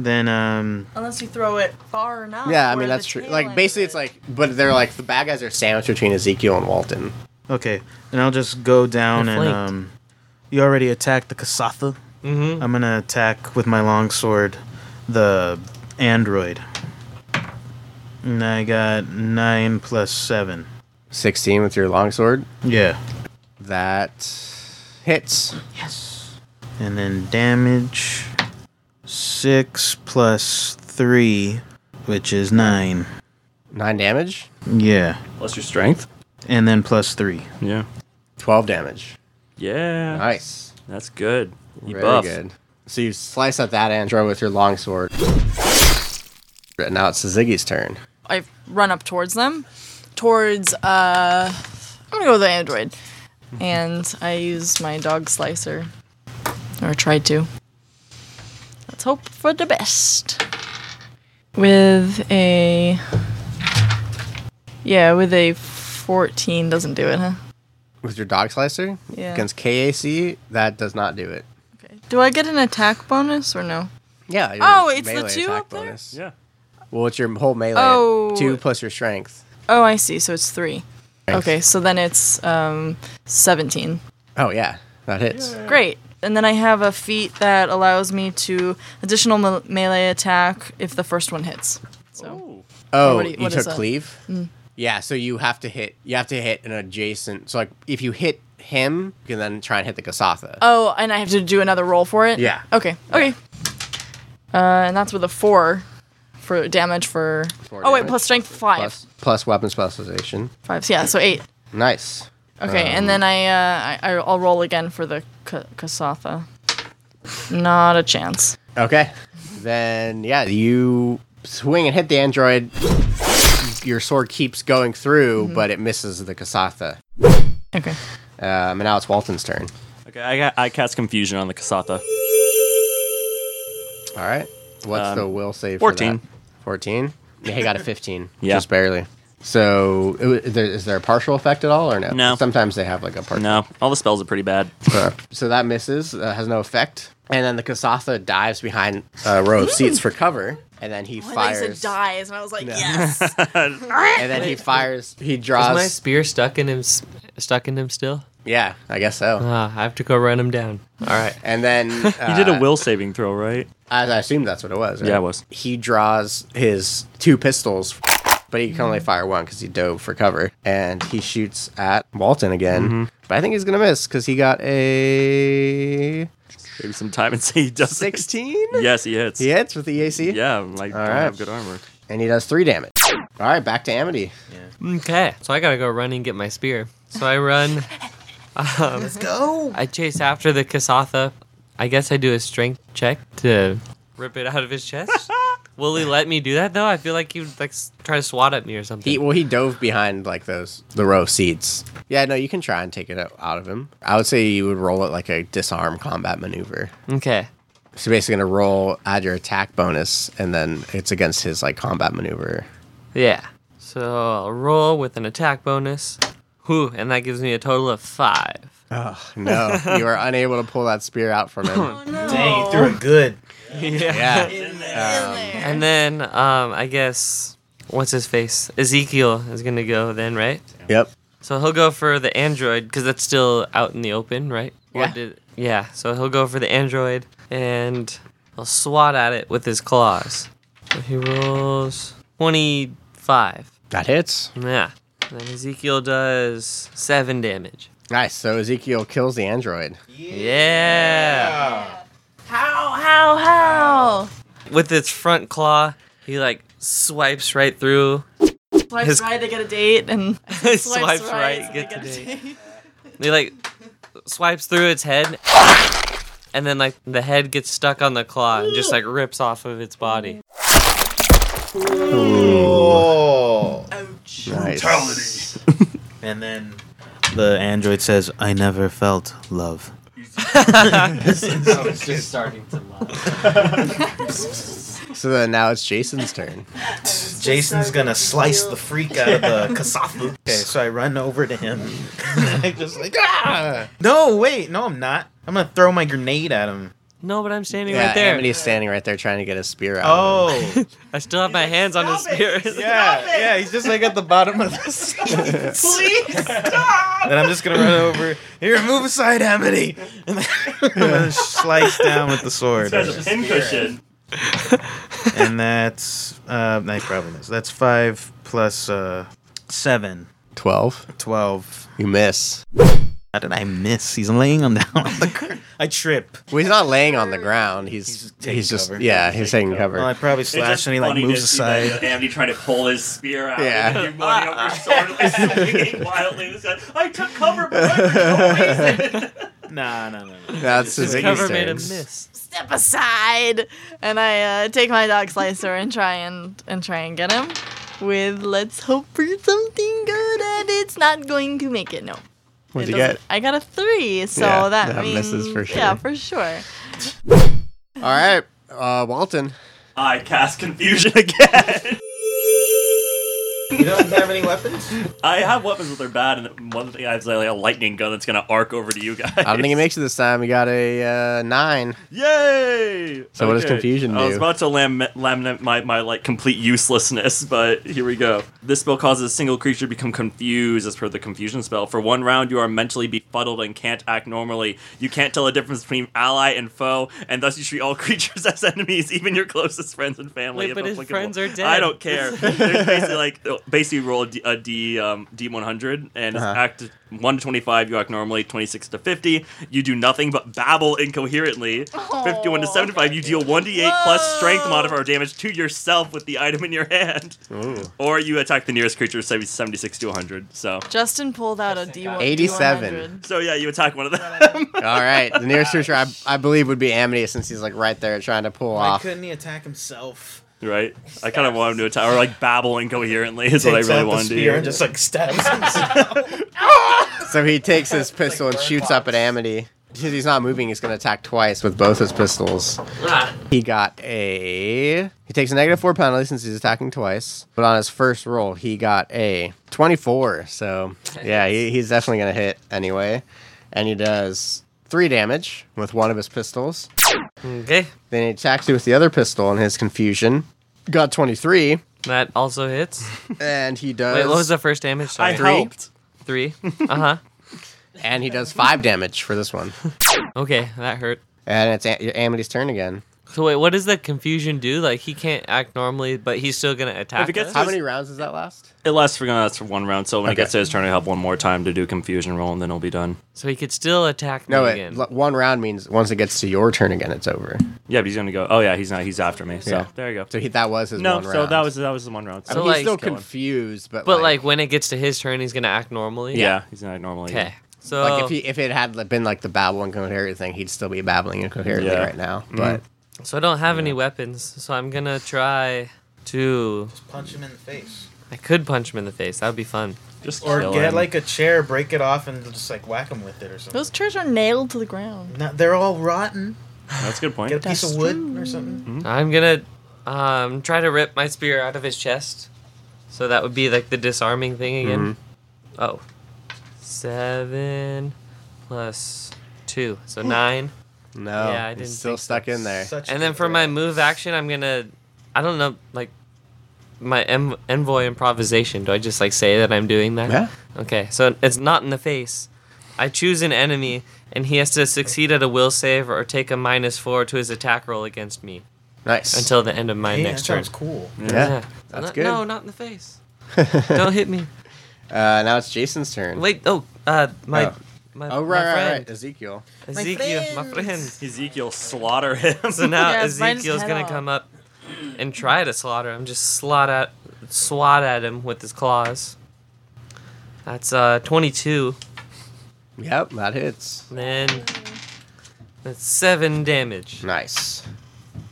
S6: Then, um,
S1: Unless you throw it far enough.
S3: Yeah, I
S1: where
S3: mean
S1: the
S3: that's true.
S1: tail end
S3: Like
S1: of
S3: basically,
S1: it-
S3: it's like, but they're like the bad guys are sandwiched between Ezekiel and Walton.
S6: okay. And I'll just go down
S5: They're
S6: and,
S5: flanked.
S6: um, you already attacked the Kasatha. Mm-hmm. I'm going to attack with my longsword the android. And I got 9 plus 7.
S3: Sixteen with your longsword.
S6: Yeah.
S3: That hits.
S6: And then damage 6 plus 3, which is 9.
S3: Nine damage.
S6: Yeah.
S4: Plus your strength.
S6: And then plus 3.
S4: Yeah.
S3: Twelve damage.
S4: Yeah.
S3: Nice.
S4: That's good. You
S3: Very
S4: buff.
S3: good. So you slice at that android with your longsword. And now it's Ziggy's turn.
S1: I run up towards them, towards uh, I'm gonna go with the android, and I use my dog slicer, or tried to. Let's hope for the best. With a yeah, with a 14 doesn't do it, huh?
S3: With your dog slicer
S1: Yeah.
S3: against KAC, that does not do it.
S1: Okay. Do I get an attack bonus or no?
S3: Yeah. your
S1: Oh, it's the
S3: melee
S1: two
S3: attack
S1: up there?
S3: bonus.
S4: Yeah.
S3: Well, it's your whole melee.
S1: Oh.
S3: Two plus your strength.
S1: Oh, I see. So it's three.
S3: Thanks.
S1: Okay, so then it's um 17.
S3: Oh yeah, that hits.
S1: Great. and then I have a feat that allows me to additional me- melee attack if the first one hits. So
S4: Ooh.
S3: Oh,
S1: What do
S3: you,
S1: you- what
S3: took
S1: is that? Mm.
S3: cleave. Yeah, so you have to hit. You have to hit an adjacent. So like, if you hit him, you can then try and hit the Kasatha.
S1: oh, and I have to do another roll for it.
S3: Yeah.
S1: Okay. Okay. Uh, and that's with a four for damage for.
S3: Four
S1: oh wait,
S3: damage.
S1: plus strength five.
S3: plus plus weapon specialization.
S1: Five. Yeah. So eight.
S3: Nice.
S1: Okay,
S3: Um,
S1: and then I, uh, I I'll roll again for the Ka- Kasatha. Not a chance.
S3: Okay. Then yeah, you swing and hit the android. Your sword keeps going through, but it misses the Kasatha.
S1: Okay.
S3: Um, and now it's Walton's turn.
S4: Okay, I, got, I cast confusion on the Kasatha.
S3: All right. What's
S4: Um,
S3: the will save?
S4: 14.
S3: Fourteen. Yeah, he got a fifteen.
S4: Yeah.
S3: Just barely. So i- is there- is there a partial effect at all, or no?
S4: No.
S3: Sometimes they have like a partial.
S4: No, all the spells are pretty bad.
S3: Uh, so that misses, uh, has no effect. And then the Kasatha dives behind a row of seats for cover, and then he fires.
S1: dies, and I was like,
S3: No.
S1: yes.
S3: And then he fires. He
S5: Is my
S3: draws.
S5: spear stuck in him? s- Stuck in him still?
S3: Yeah, I guess so.
S5: Ah, I have to go run him down. All right.
S3: And then uh,
S4: You did a will saving throw, right?
S3: I, I assume that's what it was. Right?
S4: Yeah, it was.
S3: He draws his two pistols, but he can only fire one because he dove for cover, and he shoots at Walton again.
S4: Mm-hmm.
S3: But I think he's gonna miss because he got a
S4: Maybe some time and say he does
S3: sixteen.
S4: Yes, he hits.
S3: He hits with the AC,
S4: Yeah, I'm like, I
S3: right.
S4: have good armor.
S3: and he does three damage. All right, back to Amity.
S5: Okay. So I gotta go run and get my spear. So I run. Um, Let's go. I chase after the Kasatha. I guess I do a strength check to rip it out of his chest. Will he let me do that though? I feel like he would like s- try to swat at me or something.
S3: He well, he dove behind like those the row of seats. Yeah, no, you can try and take it out out of him. I would say you would roll it like a disarm combat maneuver.
S5: okay.
S3: So basically, gonna roll add your attack bonus, and then it's against his like combat maneuver.
S5: Yeah. So I'll roll with an attack bonus. Whew, and that gives me a total of five.
S3: No, you are unable to pull that spear out from
S5: Oh,
S3: him.
S6: Dang, you threw it good.
S3: yeah,
S5: And then um, I guess what's his face? Ezekiel is gonna go then, right?
S3: yep.
S5: So he'll go for the android because that's still out in the open, right? Or
S3: Yeah.
S5: did- yeah. So he'll go for the android and he'll swat at it with his claws. So he rolls twenty-five.
S3: That hits.
S5: Yeah. And then Ezekiel does seven damage.
S3: Nice. So Ezekiel kills the android.
S5: Yeah.
S1: How? How? How?
S5: With its front claw, he like swipes right through.
S1: Swipes
S5: His-
S1: right, they get a date, and
S5: swipes, right, Oh
S1: they
S5: get to date.
S1: date.
S5: He like swipes through its head, and then like the head gets stuck on the claw and just like rips off of its body.
S3: Nice.
S6: And then the android says, "I never felt love."
S7: just starting to laugh.
S3: So then now it's Jason's turn.
S6: Jason's gonna slice the freak out of the kasafu. Okay, so I run over to him. I just like ah! No, wait, no, I'm not. I'm gonna throw my grenade at him.
S5: No, but I'm standing
S3: Yeah,
S5: right there.
S3: Amity's standing right there trying to get his spear out. of him.
S6: Oh,
S5: I still have my hands on his spear.
S6: yeah, yeah. He's just like at the bottom of the seat. Please stop. Then I'm just gonna run over. Here, move aside, Amity. And then I'm gonna slice down with the sword.
S4: There's a pincushion.
S6: and that's uh, I probably missed. That's five plus uh, seven.
S3: Twelve.
S6: Twelve.
S3: You miss.
S6: How did I miss? He's laying him down on the cur- I trip.
S3: Well, he's not laying on the ground. He's
S6: He's
S3: he's,
S6: taking
S3: just
S6: cover.
S3: yeah, he's taking cover.
S6: Well, I probably
S4: It's just
S6: slash and he like
S4: funny to
S6: moves
S4: see that
S6: aside.
S4: Andy trying to pull his spear out.
S3: Yeah.
S4: And you running over your sword, like, swinging wildly. This guy, I took cover, but I no reason.
S6: Nah, nah, nah, nah.
S3: That's his
S5: Cover made a miss.
S1: Step aside, and I uh, take my dog slicer and try and and try and get him. With let's hope for something good, and it's not going to make it. No.
S3: What'd
S1: It
S3: you get?
S1: doesn't- I got a three, so
S3: Yeah,
S1: that,
S3: that
S1: means
S3: misses for
S1: yeah,
S3: sure.
S1: for sure.
S3: All right, uh, Walton.
S4: I cast confusion again.
S8: You don't have any weapons?
S4: I have weapons, but they're bad. And one thing I have is like a lightning gun that's gonna arc over to you guys.
S3: I don't think it makes it this time. We got a uh, nine.
S4: Yay!
S3: So what does confusion
S4: I was
S3: do?
S4: about to lam- laminate my, my like complete uselessness, but here we go. This spell causes a single creature to become confused as per the confusion spell. For one round, you are mentally befuddled and can't act normally. You can't tell the difference between ally and foe, and thus you treat all creatures as enemies, even your closest friends and family.
S5: Wait,
S4: if
S5: but his
S4: applicable.
S5: friends are dead.
S4: I don't care. They're basically like basically roll a D, a D um, D100 and it's
S3: Uh-huh.
S4: act one to 25. You act normally 26 to 50. You do nothing but babble incoherently. 51 to
S1: Oh.
S4: 75. You deal 1d8 plus strength modifier damage to yourself with the item in your hand, or you attack the nearest creature 70, 76 to 100. So.
S1: Justin pulled out a D1.
S3: 87.
S4: So yeah, you attack one of them.
S3: All right. The nearest creature I, I believe would be Amity since he's like right there trying to pull
S6: Why
S3: off.
S6: couldn't he attack himself?
S4: right? I kind of want him to attack, or like babble incoherently is what I
S8: Takes
S4: really
S8: out the
S4: want to
S8: spear
S4: do.
S8: and just like stabs himself.
S3: So he takes his pistol and shoots up at Amity. Since he's not moving, he's going to attack twice with both his pistols.
S5: Ah.
S3: He got a. He takes a negative four penalty since he's attacking twice. But on his first roll, he got a 24. So yeah, he, he's definitely going to hit anyway. And he does three damage with one of his pistols.
S5: Okay,
S3: Then he attacks you with the other pistol in his confusion. Got 23.
S5: that also hits.
S3: And he does.
S5: Wait, what was the first damage?
S4: I
S5: Sorry.
S4: helped.
S5: Three. Uh huh.
S3: And he does five damage for this one.
S5: Okay, that hurt.
S3: And it's a- Amity's turn again.
S5: So wait, what does the confusion do? Like he can't act normally, but he's still gonna attack.
S4: If it gets
S5: us?
S3: How many rounds does that last?
S4: It lasts for, uh, for one round, so when it
S3: Okay.
S4: gets to his turn, I help one more time to do confusion roll, and then he'll be done.
S5: so he could still attack
S3: No,
S5: me
S3: it,
S5: again.
S3: l- one round means once it gets to your turn again, it's over.
S4: Yeah, but he's gonna go. Oh yeah, he's not. He's after me. So
S3: Yeah.
S4: there you go.
S3: So he, that was his
S4: no,
S3: one round.
S4: so that was that was the one round.
S3: I
S5: So,
S3: mean, he's
S5: like-
S3: still
S4: Going.
S3: confused, but
S5: but
S3: like,
S5: like when it gets to his turn, he's gonna act normally.
S4: yeah, he's not normally.
S5: Okay. So
S3: like uh, if he if it had been like the babble incoherent thing, he'd still be babbling incoherently
S4: Yeah.
S3: right now. But
S5: so I don't have any weapons. So I'm gonna try to.
S8: Punch him in the face.
S5: I could punch him in the face. That would be fun.
S4: Just
S8: Or
S4: kill
S8: get
S4: him.
S8: like a chair, break it off, and just like whack him with it or something.
S1: Those chairs are nailed to the ground.
S8: No, they're all rotten.
S4: That's a good point.
S8: Get a piece
S1: That's
S8: of wood or something.
S5: I'm gonna um, try to rip my spear out of his chest. So that would be like the disarming thing again. Oh. Seven plus two. So nine.
S3: no,
S5: Yeah, I
S3: he's
S5: didn't
S3: still
S5: think so.
S3: stuck in there.
S8: Such
S5: And
S8: a
S5: then for my
S8: threat.
S5: move action, I'm gonna, I don't know, like my em- envoy improvisation. Do I just like say that I'm doing that?
S3: Yeah.
S5: Okay, so it's not in the face. I choose an enemy, and he has to succeed at a will save or take a minus four to his attack roll against me
S3: Nice.
S5: until the end of my
S8: Hey,
S5: next
S8: that
S5: turn.
S8: sounds cool.
S3: yeah,
S5: So
S3: that's
S5: not-
S3: good.
S5: No, not in the face. don't hit me.
S3: uh, now it's Jason's turn.
S5: Wait. Oh, uh, my,
S3: Oh.
S5: my,
S3: oh
S5: my
S3: right, right,
S5: friend
S3: right, Ezekiel.
S5: Ezekiel, my friend.
S4: Ezekiel slaughter him.
S5: So now
S1: Yeah, bite his
S5: Ezekiel's
S1: head
S5: gonna
S1: off.
S5: come up and try to slaughter him. Just slot at, swat at him with his claws. That's uh 22.
S3: Yep, that hits.
S5: Then that's seven damage.
S3: Hmm. Nice.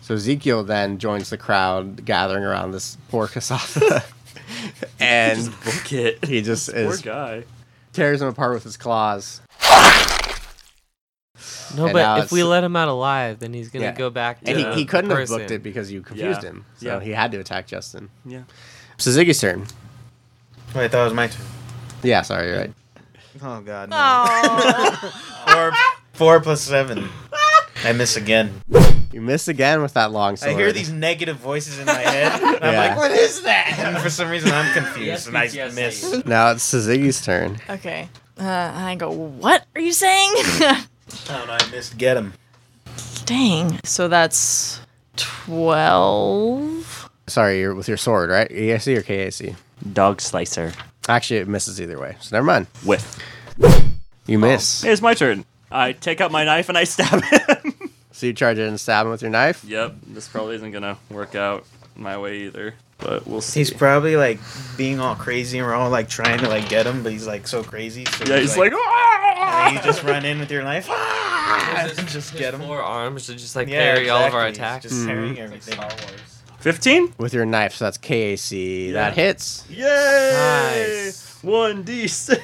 S3: So Ezekiel then joins the crowd gathering around this poor Kasatha. and
S4: Book it.
S3: he just
S4: Poor
S3: is
S4: guy.
S3: tears him apart with his claws.
S5: No,
S3: And now
S5: but if
S3: it's-
S5: we let him out alive, then he's gonna
S3: Yeah.
S5: go back to
S3: And
S5: the
S3: he, he couldn't have
S5: person.
S3: booked it because you confused
S4: Yeah.
S3: him. So
S4: Yeah.
S3: he had to attack Justin.
S4: Yeah.
S3: So Ziggy's turn.
S8: Wait, that was my turn.
S3: Yeah, sorry, you're right.
S8: Oh god. No.
S1: Oh,
S8: Four, four plus seven. I miss again.
S3: You missed again with that long sword.
S8: I hear these negative voices in my head. And I'm
S3: Yeah.
S8: like, what is that? And for some reason, I'm confused
S7: Yes,
S8: and I
S7: PTSD.
S8: miss.
S3: Now it's Suzuki's turn.
S1: okay. Uh, and I go, what are you saying?
S8: Oh, no, I missed. Get him.
S1: Dang. So that's 12.
S3: Sorry, you're with your sword, right? EAC or KAC?
S4: Dog slicer.
S3: Actually, it misses either way. So never mind.
S4: With.
S3: You miss.
S4: It's my turn. I take out my knife and I stab him.
S3: So you charge it and stab him with your knife.
S4: yep. This probably isn't gonna work out my way either, but we'll see.
S8: He's probably like being all crazy and we're all like trying to like get him, but he's like so crazy. So
S4: yeah. He's like. "Ah!"
S8: and you just run in with your knife "Ah!" and just get him.
S5: Four arms to just like
S8: Yeah,
S5: parry all of our
S8: exactly. He's
S5: attacks.
S8: Just parrying everything.
S4: 15?
S3: With your knife, so that's KAC. That
S4: Yeah.
S3: hits.
S4: Yay!
S5: Nice.
S4: 1d6.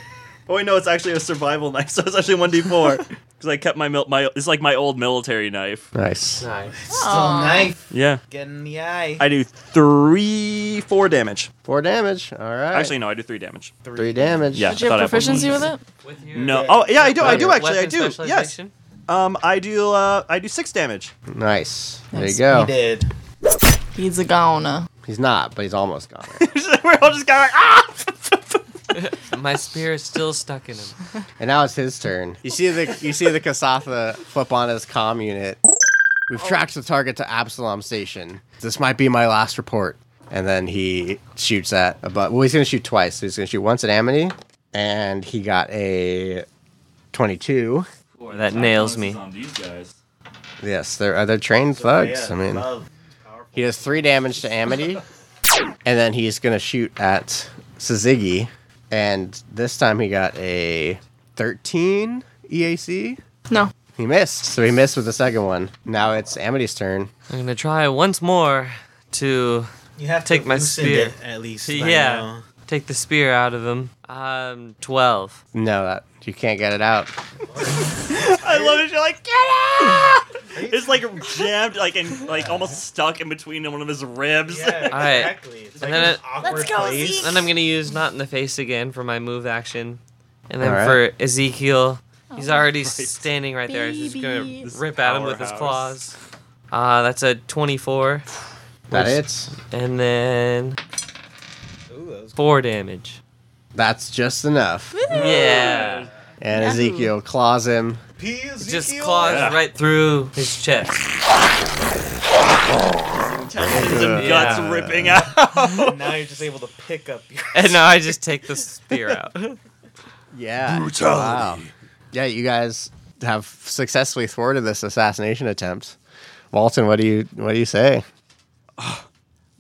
S4: Oh, wait, no, it's actually a survival knife, so it's actually 1d4. because I kept my mil- my it's like my old military knife.
S3: Nice.
S5: Nice.
S9: Still knife.
S4: Yeah,
S9: Get in the eye.
S4: I do three four damage.
S3: Four damage. All right.
S4: Actually, no, I do three damage.
S3: three damage.
S4: Yeah.
S2: Did you have
S4: I thought I had
S2: proficiency with it?
S5: With your
S4: No. Oh yeah, I do. I do
S5: weapon
S4: actually. I do. Yes.
S5: specialization?
S4: Um, I do. Uh, I do six damage.
S3: Nice. There you
S2: Nice.
S3: go.
S9: did.
S2: He's a goner.
S3: He's not, but he's almost gone.
S4: We're all just kind of like ah.
S5: My spear is still stuck in him.
S3: and now it's his turn. You see the you see the Kasatha flip on his comm unit. We've tracked the target to Absalom Station. This might be my last report. And then he shoots at a but well he's gonna shoot twice. So he's gonna shoot once at Amity, and he got a twenty-two.
S5: That nails me.
S3: Yes, they're uh, they're trained thugs. I mean
S9: love.
S3: He does three damage to Amity, and then he's gonna shoot at Suzuki, and this time he got a thirteen EAC.
S2: No.
S3: He missed, so he missed with the second one. Now it's Amity's turn.
S5: I'm gonna try once more to
S9: You have to
S5: Take my
S9: loosen
S5: spear.
S9: it at least. by now.
S5: yeah take the spear out of him. Um, twelve.
S3: No, that you can't get it out.
S4: I love it. You're like get out. It's like jammed, like and like almost stuck in between one of his ribs.
S9: Yeah,
S5: All right.
S9: exactly. It's
S5: And
S9: like
S5: then
S9: an
S5: it-
S9: awkward
S2: Let's go,
S9: place.
S2: Zeke.
S5: Then I'm gonna use not in the face again for my move action, and then
S3: All right.
S5: for Ezekiel, he's already
S4: Christ.
S5: standing right there. He's just
S2: Baby.
S5: gonna
S2: This
S5: rip at him with his
S4: powerhouse.
S5: claws. Uh, that's a 24,
S3: That it's
S5: and then
S9: Ooh, that was
S5: four damage.
S3: that's just enough.
S5: Yeah,
S3: And Ezekiel claws him.
S5: just claws right through his chest.
S4: His guts ripping out.
S9: cool. now you're just able to pick up your.
S5: And now I just take the spear out.
S3: Yeah. Brutality. Yeah, you guys have successfully thwarted this assassination attempt. Walton, what do you what do you say?
S2: What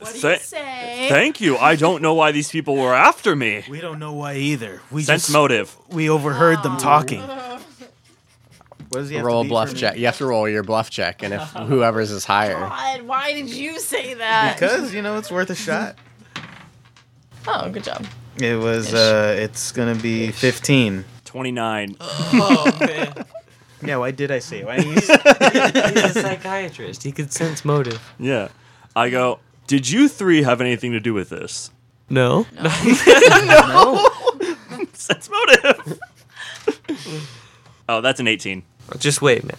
S4: Say-
S2: say?
S4: Thank you. I don't know why these people were after me.
S6: We don't know why either. We
S4: Sense
S6: just
S4: motive.
S6: we overheard them talking.
S9: What does he have
S3: roll
S9: to
S3: a
S9: be
S3: bluff
S9: for me?
S3: check. You have to roll your bluff check, and if whoever's is higher,
S2: God, why did you say that?
S9: Because you know it's worth a shot.
S2: Oh, good job.
S9: It was. uh It's gonna be fifteen.
S4: Twenty nine.
S5: Oh man,
S9: Yeah. Why did I say? it? Why didn't you
S5: he's a psychiatrist. He could sense motive.
S4: Yeah. I go. Did you three have anything to do with this?
S5: No. no.
S4: Sense motive. oh, that's an eighteen.
S5: just wait, man.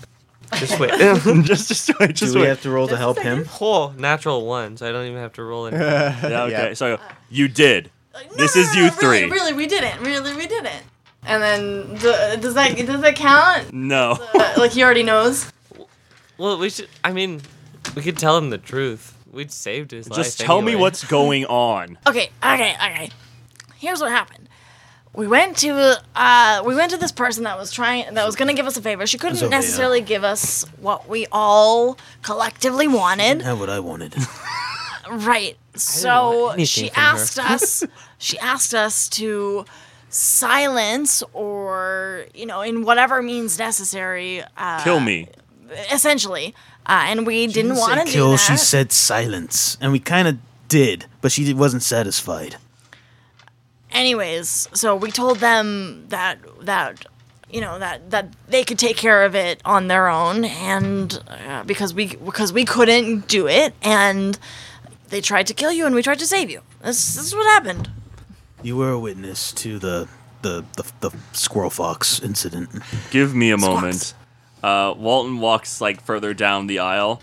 S5: Just wait.
S4: just, just wait. Just
S9: Do we
S4: wait.
S9: have to roll to help him?
S5: Whole natural one, so I don't even have to roll it.
S4: Yeah, okay.
S3: Yeah.
S4: So I go, you did.
S2: Like, no,
S4: This
S2: no,
S4: is
S2: no,
S4: you
S2: no, really,
S4: three.
S2: Really, we didn't. Really, we didn't. And then d- does that does that count?
S4: No.
S2: Uh, like he already knows.
S5: Well, we should. I mean, we could tell him the truth. We'd saved his life.
S4: Just tell me
S5: anyway.
S4: what's going on.
S2: Okay, okay, okay. Here's what happened. We went to uh, we went to this person that was trying that was going to give us a favor. She couldn't
S10: Sophia.
S2: necessarily give us what we all collectively wanted.
S10: Not what I wanted.
S2: Right.
S5: want
S2: So
S5: anything
S2: she
S5: from her.
S2: asked us she asked us to silence or you know in whatever means necessary uh,
S4: Kill me.
S2: essentially uh, and we didn't want to
S6: say
S2: do
S6: kill.
S2: that
S6: She said silence, and we kind of did, but she wasn't satisfied.
S2: anyways so we told them that that you know that that they could take care of it on their own and uh, because we because we couldn't do it and they tried to kill you and we tried to save you this, this is what happened
S6: You were a witness to the the the, the squirrel fox incident.
S4: Give me a
S2: Squawks.
S4: moment. Uh, Walton walks like further down the aisle,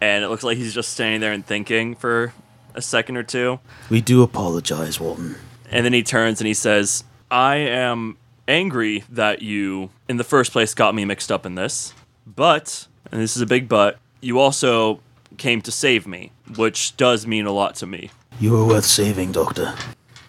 S4: and it looks like he's just standing there and thinking for a second or two.
S6: We do apologize, Walton.
S4: And then he turns and he says, I am angry that you, in the first place, got me mixed up in this. But, and this is a big but, you also came to save me, which does mean a lot to me.
S6: You were worth saving, Doctor.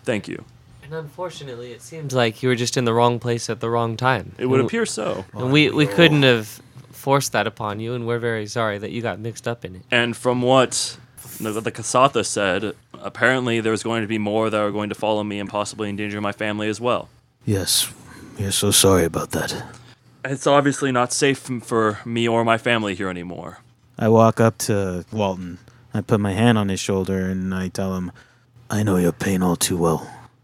S4: Thank you.
S5: And unfortunately, it seems like you were just in the wrong place at the wrong time.
S4: It would
S5: And-
S4: appear so.
S5: And we we couldn't have forced that upon you, and we're very sorry that you got mixed up in it.
S4: And from what the, the Kasatha said, apparently there was going to be more that were going to follow me and possibly endanger my family as well.
S6: Yes, we are so sorry about that.
S4: It's obviously not safe m- for me or my family here anymore.
S6: I walk up to Walton. I put my hand on his shoulder and I tell him, I know your pain all too well.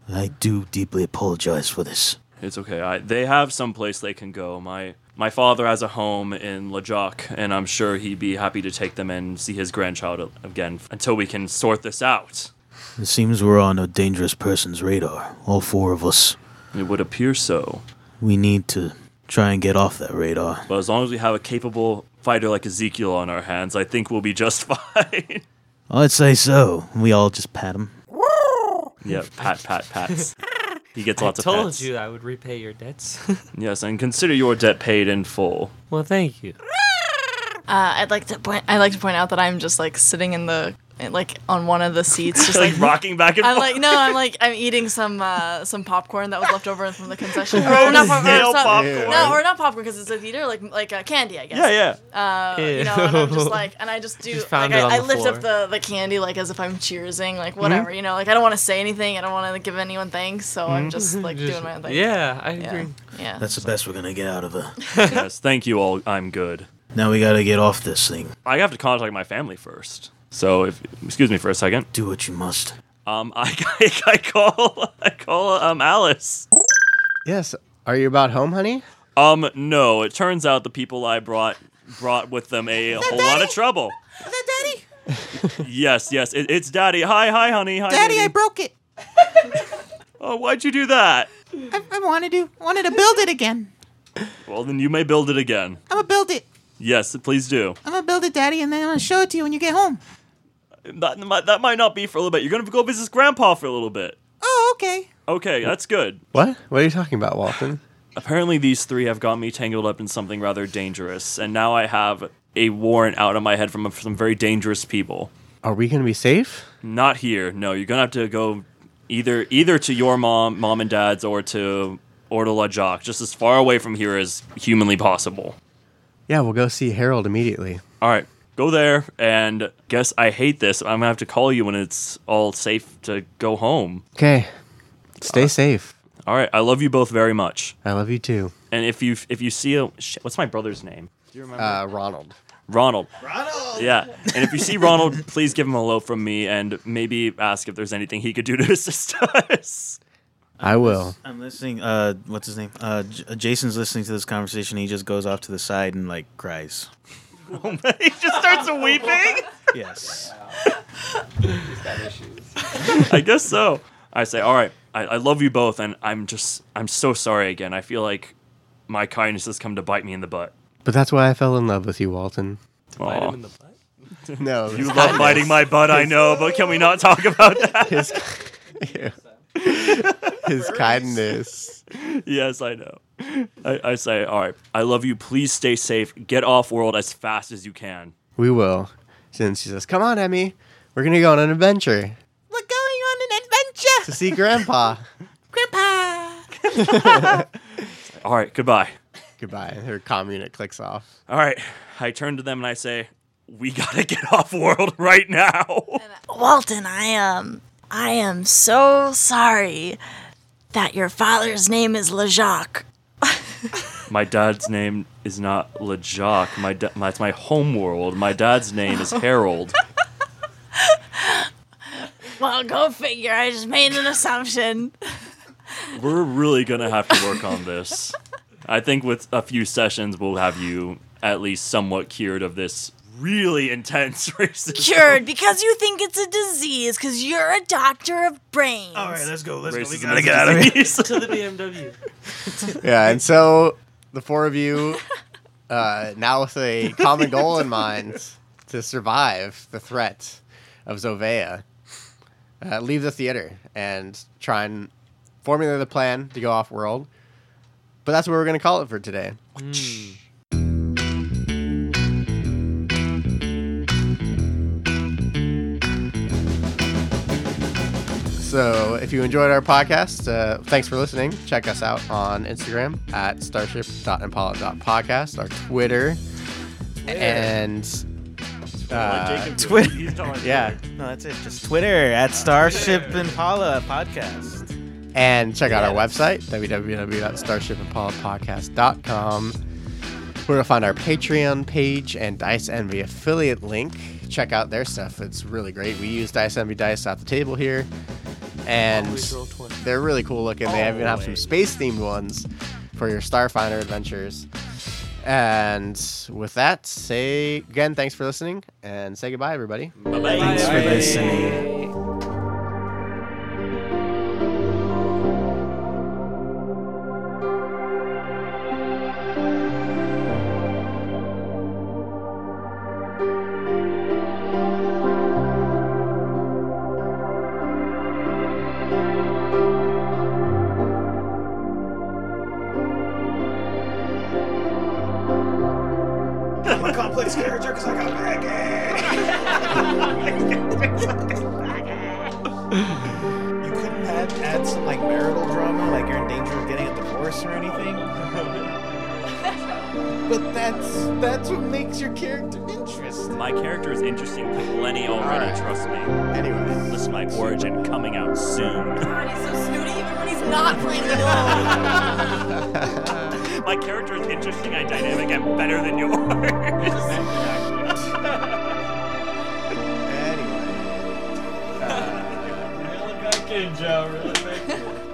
S6: I do deeply apologize for this.
S4: It's okay. I, they have some place they can go. My My father has a home in La Joque, and I'm sure he'd be happy to take them and see his grandchild again until we can sort this out.
S2: It seems we're on a dangerous person's radar, all four of us.
S4: It would appear so.
S2: We need to try and get off that radar.
S4: But as long as we have a capable fighter like Ezekiel on our hands, I think we'll be just fine.
S2: I'd say so. We all just pat him.
S4: yeah, pat, pat, pats. He gets lots
S5: I told
S4: of pats.
S5: you I would repay your debts.
S4: Yes, and consider your debt paid in full.
S5: well, thank you.
S1: Uh, I'd like to point. I like to point out that I'm just like sitting in the like on one of the seats, just like.
S4: Like rocking back and
S1: I'm
S4: forth.
S1: like no, I'm like I'm eating some uh, some popcorn that was left over from the concession. or not popcorn,
S4: Stale
S1: it's not-
S4: popcorn.
S1: No, or not popcorn because it's a theater, like like uh, candy, I guess.
S4: yeah, yeah.
S1: Uh, you know, and I'm just
S5: Ew.
S1: like, and I just do,
S5: Just
S1: like,
S5: found it on
S1: I, I
S5: the
S1: lift up
S5: floor. Mm-hmm.
S1: the, the candy, like, as if I'm cheersing, like, whatever, you know, like, I don't want to say anything, I don't want to give anyone thanks, so I'm just, like,
S5: Mm-hmm. Just-
S1: doing my own thing.
S5: Yeah, I
S1: Yeah.
S5: agree.
S1: Yeah.
S2: That's the best we're gonna get out of her.
S4: yes, thank you all. I'm good.
S2: Now we gotta get off this thing.
S4: I have to contact my family first. So, if excuse me for a second,
S2: Do what you must.
S4: um, I, I, I call I call um Alice.
S3: Yes. Are you about home, honey?
S4: Um, no, it turns out the people I brought brought with them a whole lot of trouble.
S11: Daddy,
S4: Yes, yes, it, it's Daddy. Hi, hi, honey. Hi,
S11: Daddy,
S4: baby.
S11: I broke it.
S4: oh, why'd you do that?
S11: I, I wanted to wanted to build it again.
S4: Well, then you may build it again.
S11: I'm gonna build it.
S4: Yes, please do.
S11: I'm gonna build it, Daddy, and then I'm gonna show it to you when you get home.
S4: That might- that might not be for a little bit. You're gonna go visit Grandpa for a little bit.
S11: Oh, okay.
S4: Okay, that's good.
S3: What? What are you talking about, Walton?
S4: Apparently, these three have got me tangled up in something rather dangerous, and now I have a warrant out on my head from some very dangerous people.
S3: Are we going to be safe?
S4: Not here. No, you're gonna have to go either either to your mom, mom and dad's, or to or to La Joc, just as far away from here as humanly possible.
S3: Yeah, we'll go see Harold immediately.
S4: All right, go there, and guess I hate this. I'm gonna have to call you when it's all safe to go home.
S3: Okay. Stay safe.
S4: All right, I love you both very much.
S3: I love you too.
S4: And if you if you see a shit, what's my brother's name? Do you remember?
S3: Uh, Ronald.
S4: Ronald. Ronald. Yeah. And if you see Ronald, please give him a hello from me, and maybe ask if there's anything he could do to assist us.
S3: I will.
S6: I'm listening. Uh, what's his name? Uh, J- Jason's listening to this conversation. He just goes off to the side and like cries.
S4: he just starts weeping.
S6: Yes.
S4: I guess so. I say, all right. I, I love you both, and I'm just I'm so sorry again. I feel like my kindness has come to bite me in the butt.
S3: But that's why I fell in love with you, Walton.
S5: Bite him
S4: Aw.
S5: in the butt.
S3: No.
S4: You love biting my butt, I know, but can we not talk about that?
S3: his, his kindness.
S4: yes, I know. I, I say, all right. I love you. Please stay safe. Get off world as fast as you can.
S3: We will. Since she says, Come on, Emmy. We're going to go on an adventure
S11: We're going on an
S3: to
S11: adventure,
S3: see Grandpa.
S11: Grandpa.
S4: All right. Goodbye.
S3: Goodbye. Her comm unit clicks off.
S4: All right. I turn to them and I say, "We gotta get off world right now."
S1: Walton, I am, I am so sorry that your father's name is LeJacques.
S4: my dad's name is not Lejoc. My, da- my it's my home world. My dad's name is Harold.
S1: Well, go figure, I just made an assumption.
S4: We're really gonna have to work on this. I think with a few sessions, we'll have you at least somewhat cured of this really intense racism.
S1: Cured, because you think it's a disease, because you're a doctor of brains.
S2: All right, let's go. Let's go. We
S4: racism
S2: gotta
S4: is
S2: get
S4: a
S2: out of here.
S4: disease.
S5: To the BMW.
S3: Yeah, and so the four of you, uh, now with a common goal in mind to survive the threat of Zovea, uh, leave the theater and try and formulate a plan to go off world. But that's what we're going to call it for today. So, if you enjoyed our podcast, uh, thanks for listening. Check us out on Instagram at starship.impala.podcast, our Twitter, and uh,
S6: Twitter.
S3: yeah,
S6: No, that's it. Just Twitter at Starship Impala podcast.
S3: and check out our website www.starshipimpalapodcast.com. We're gonna find our Patreon page and Dice Envy affiliate link. Check out their stuff; it's really great. We use Dice Envy dice off the table here, and
S5: Always roll 20.
S3: They're really cool looking. They even have some
S4: Always.
S3: space themed ones for your Starfinder adventures. And with that, say again, thanks for listening and say goodbye, everybody.
S4: Bye-bye.
S6: Thanks for listening.
S8: I'm a complex character because I got baggage. you couldn't add, add some like marital drama, like you're in danger of getting a divorce or anything. but that's that's what makes your character interesting.
S4: My character is interesting plenty already,
S3: Alright.
S4: trust me.
S3: Anyway.
S4: This is my origin coming out soon.
S1: He's so snooty even when he's not playing alone.
S4: My character is interesting, I dynamic, and better than yours.
S3: Anyway. Uh,
S7: Really good, Joe. Really good.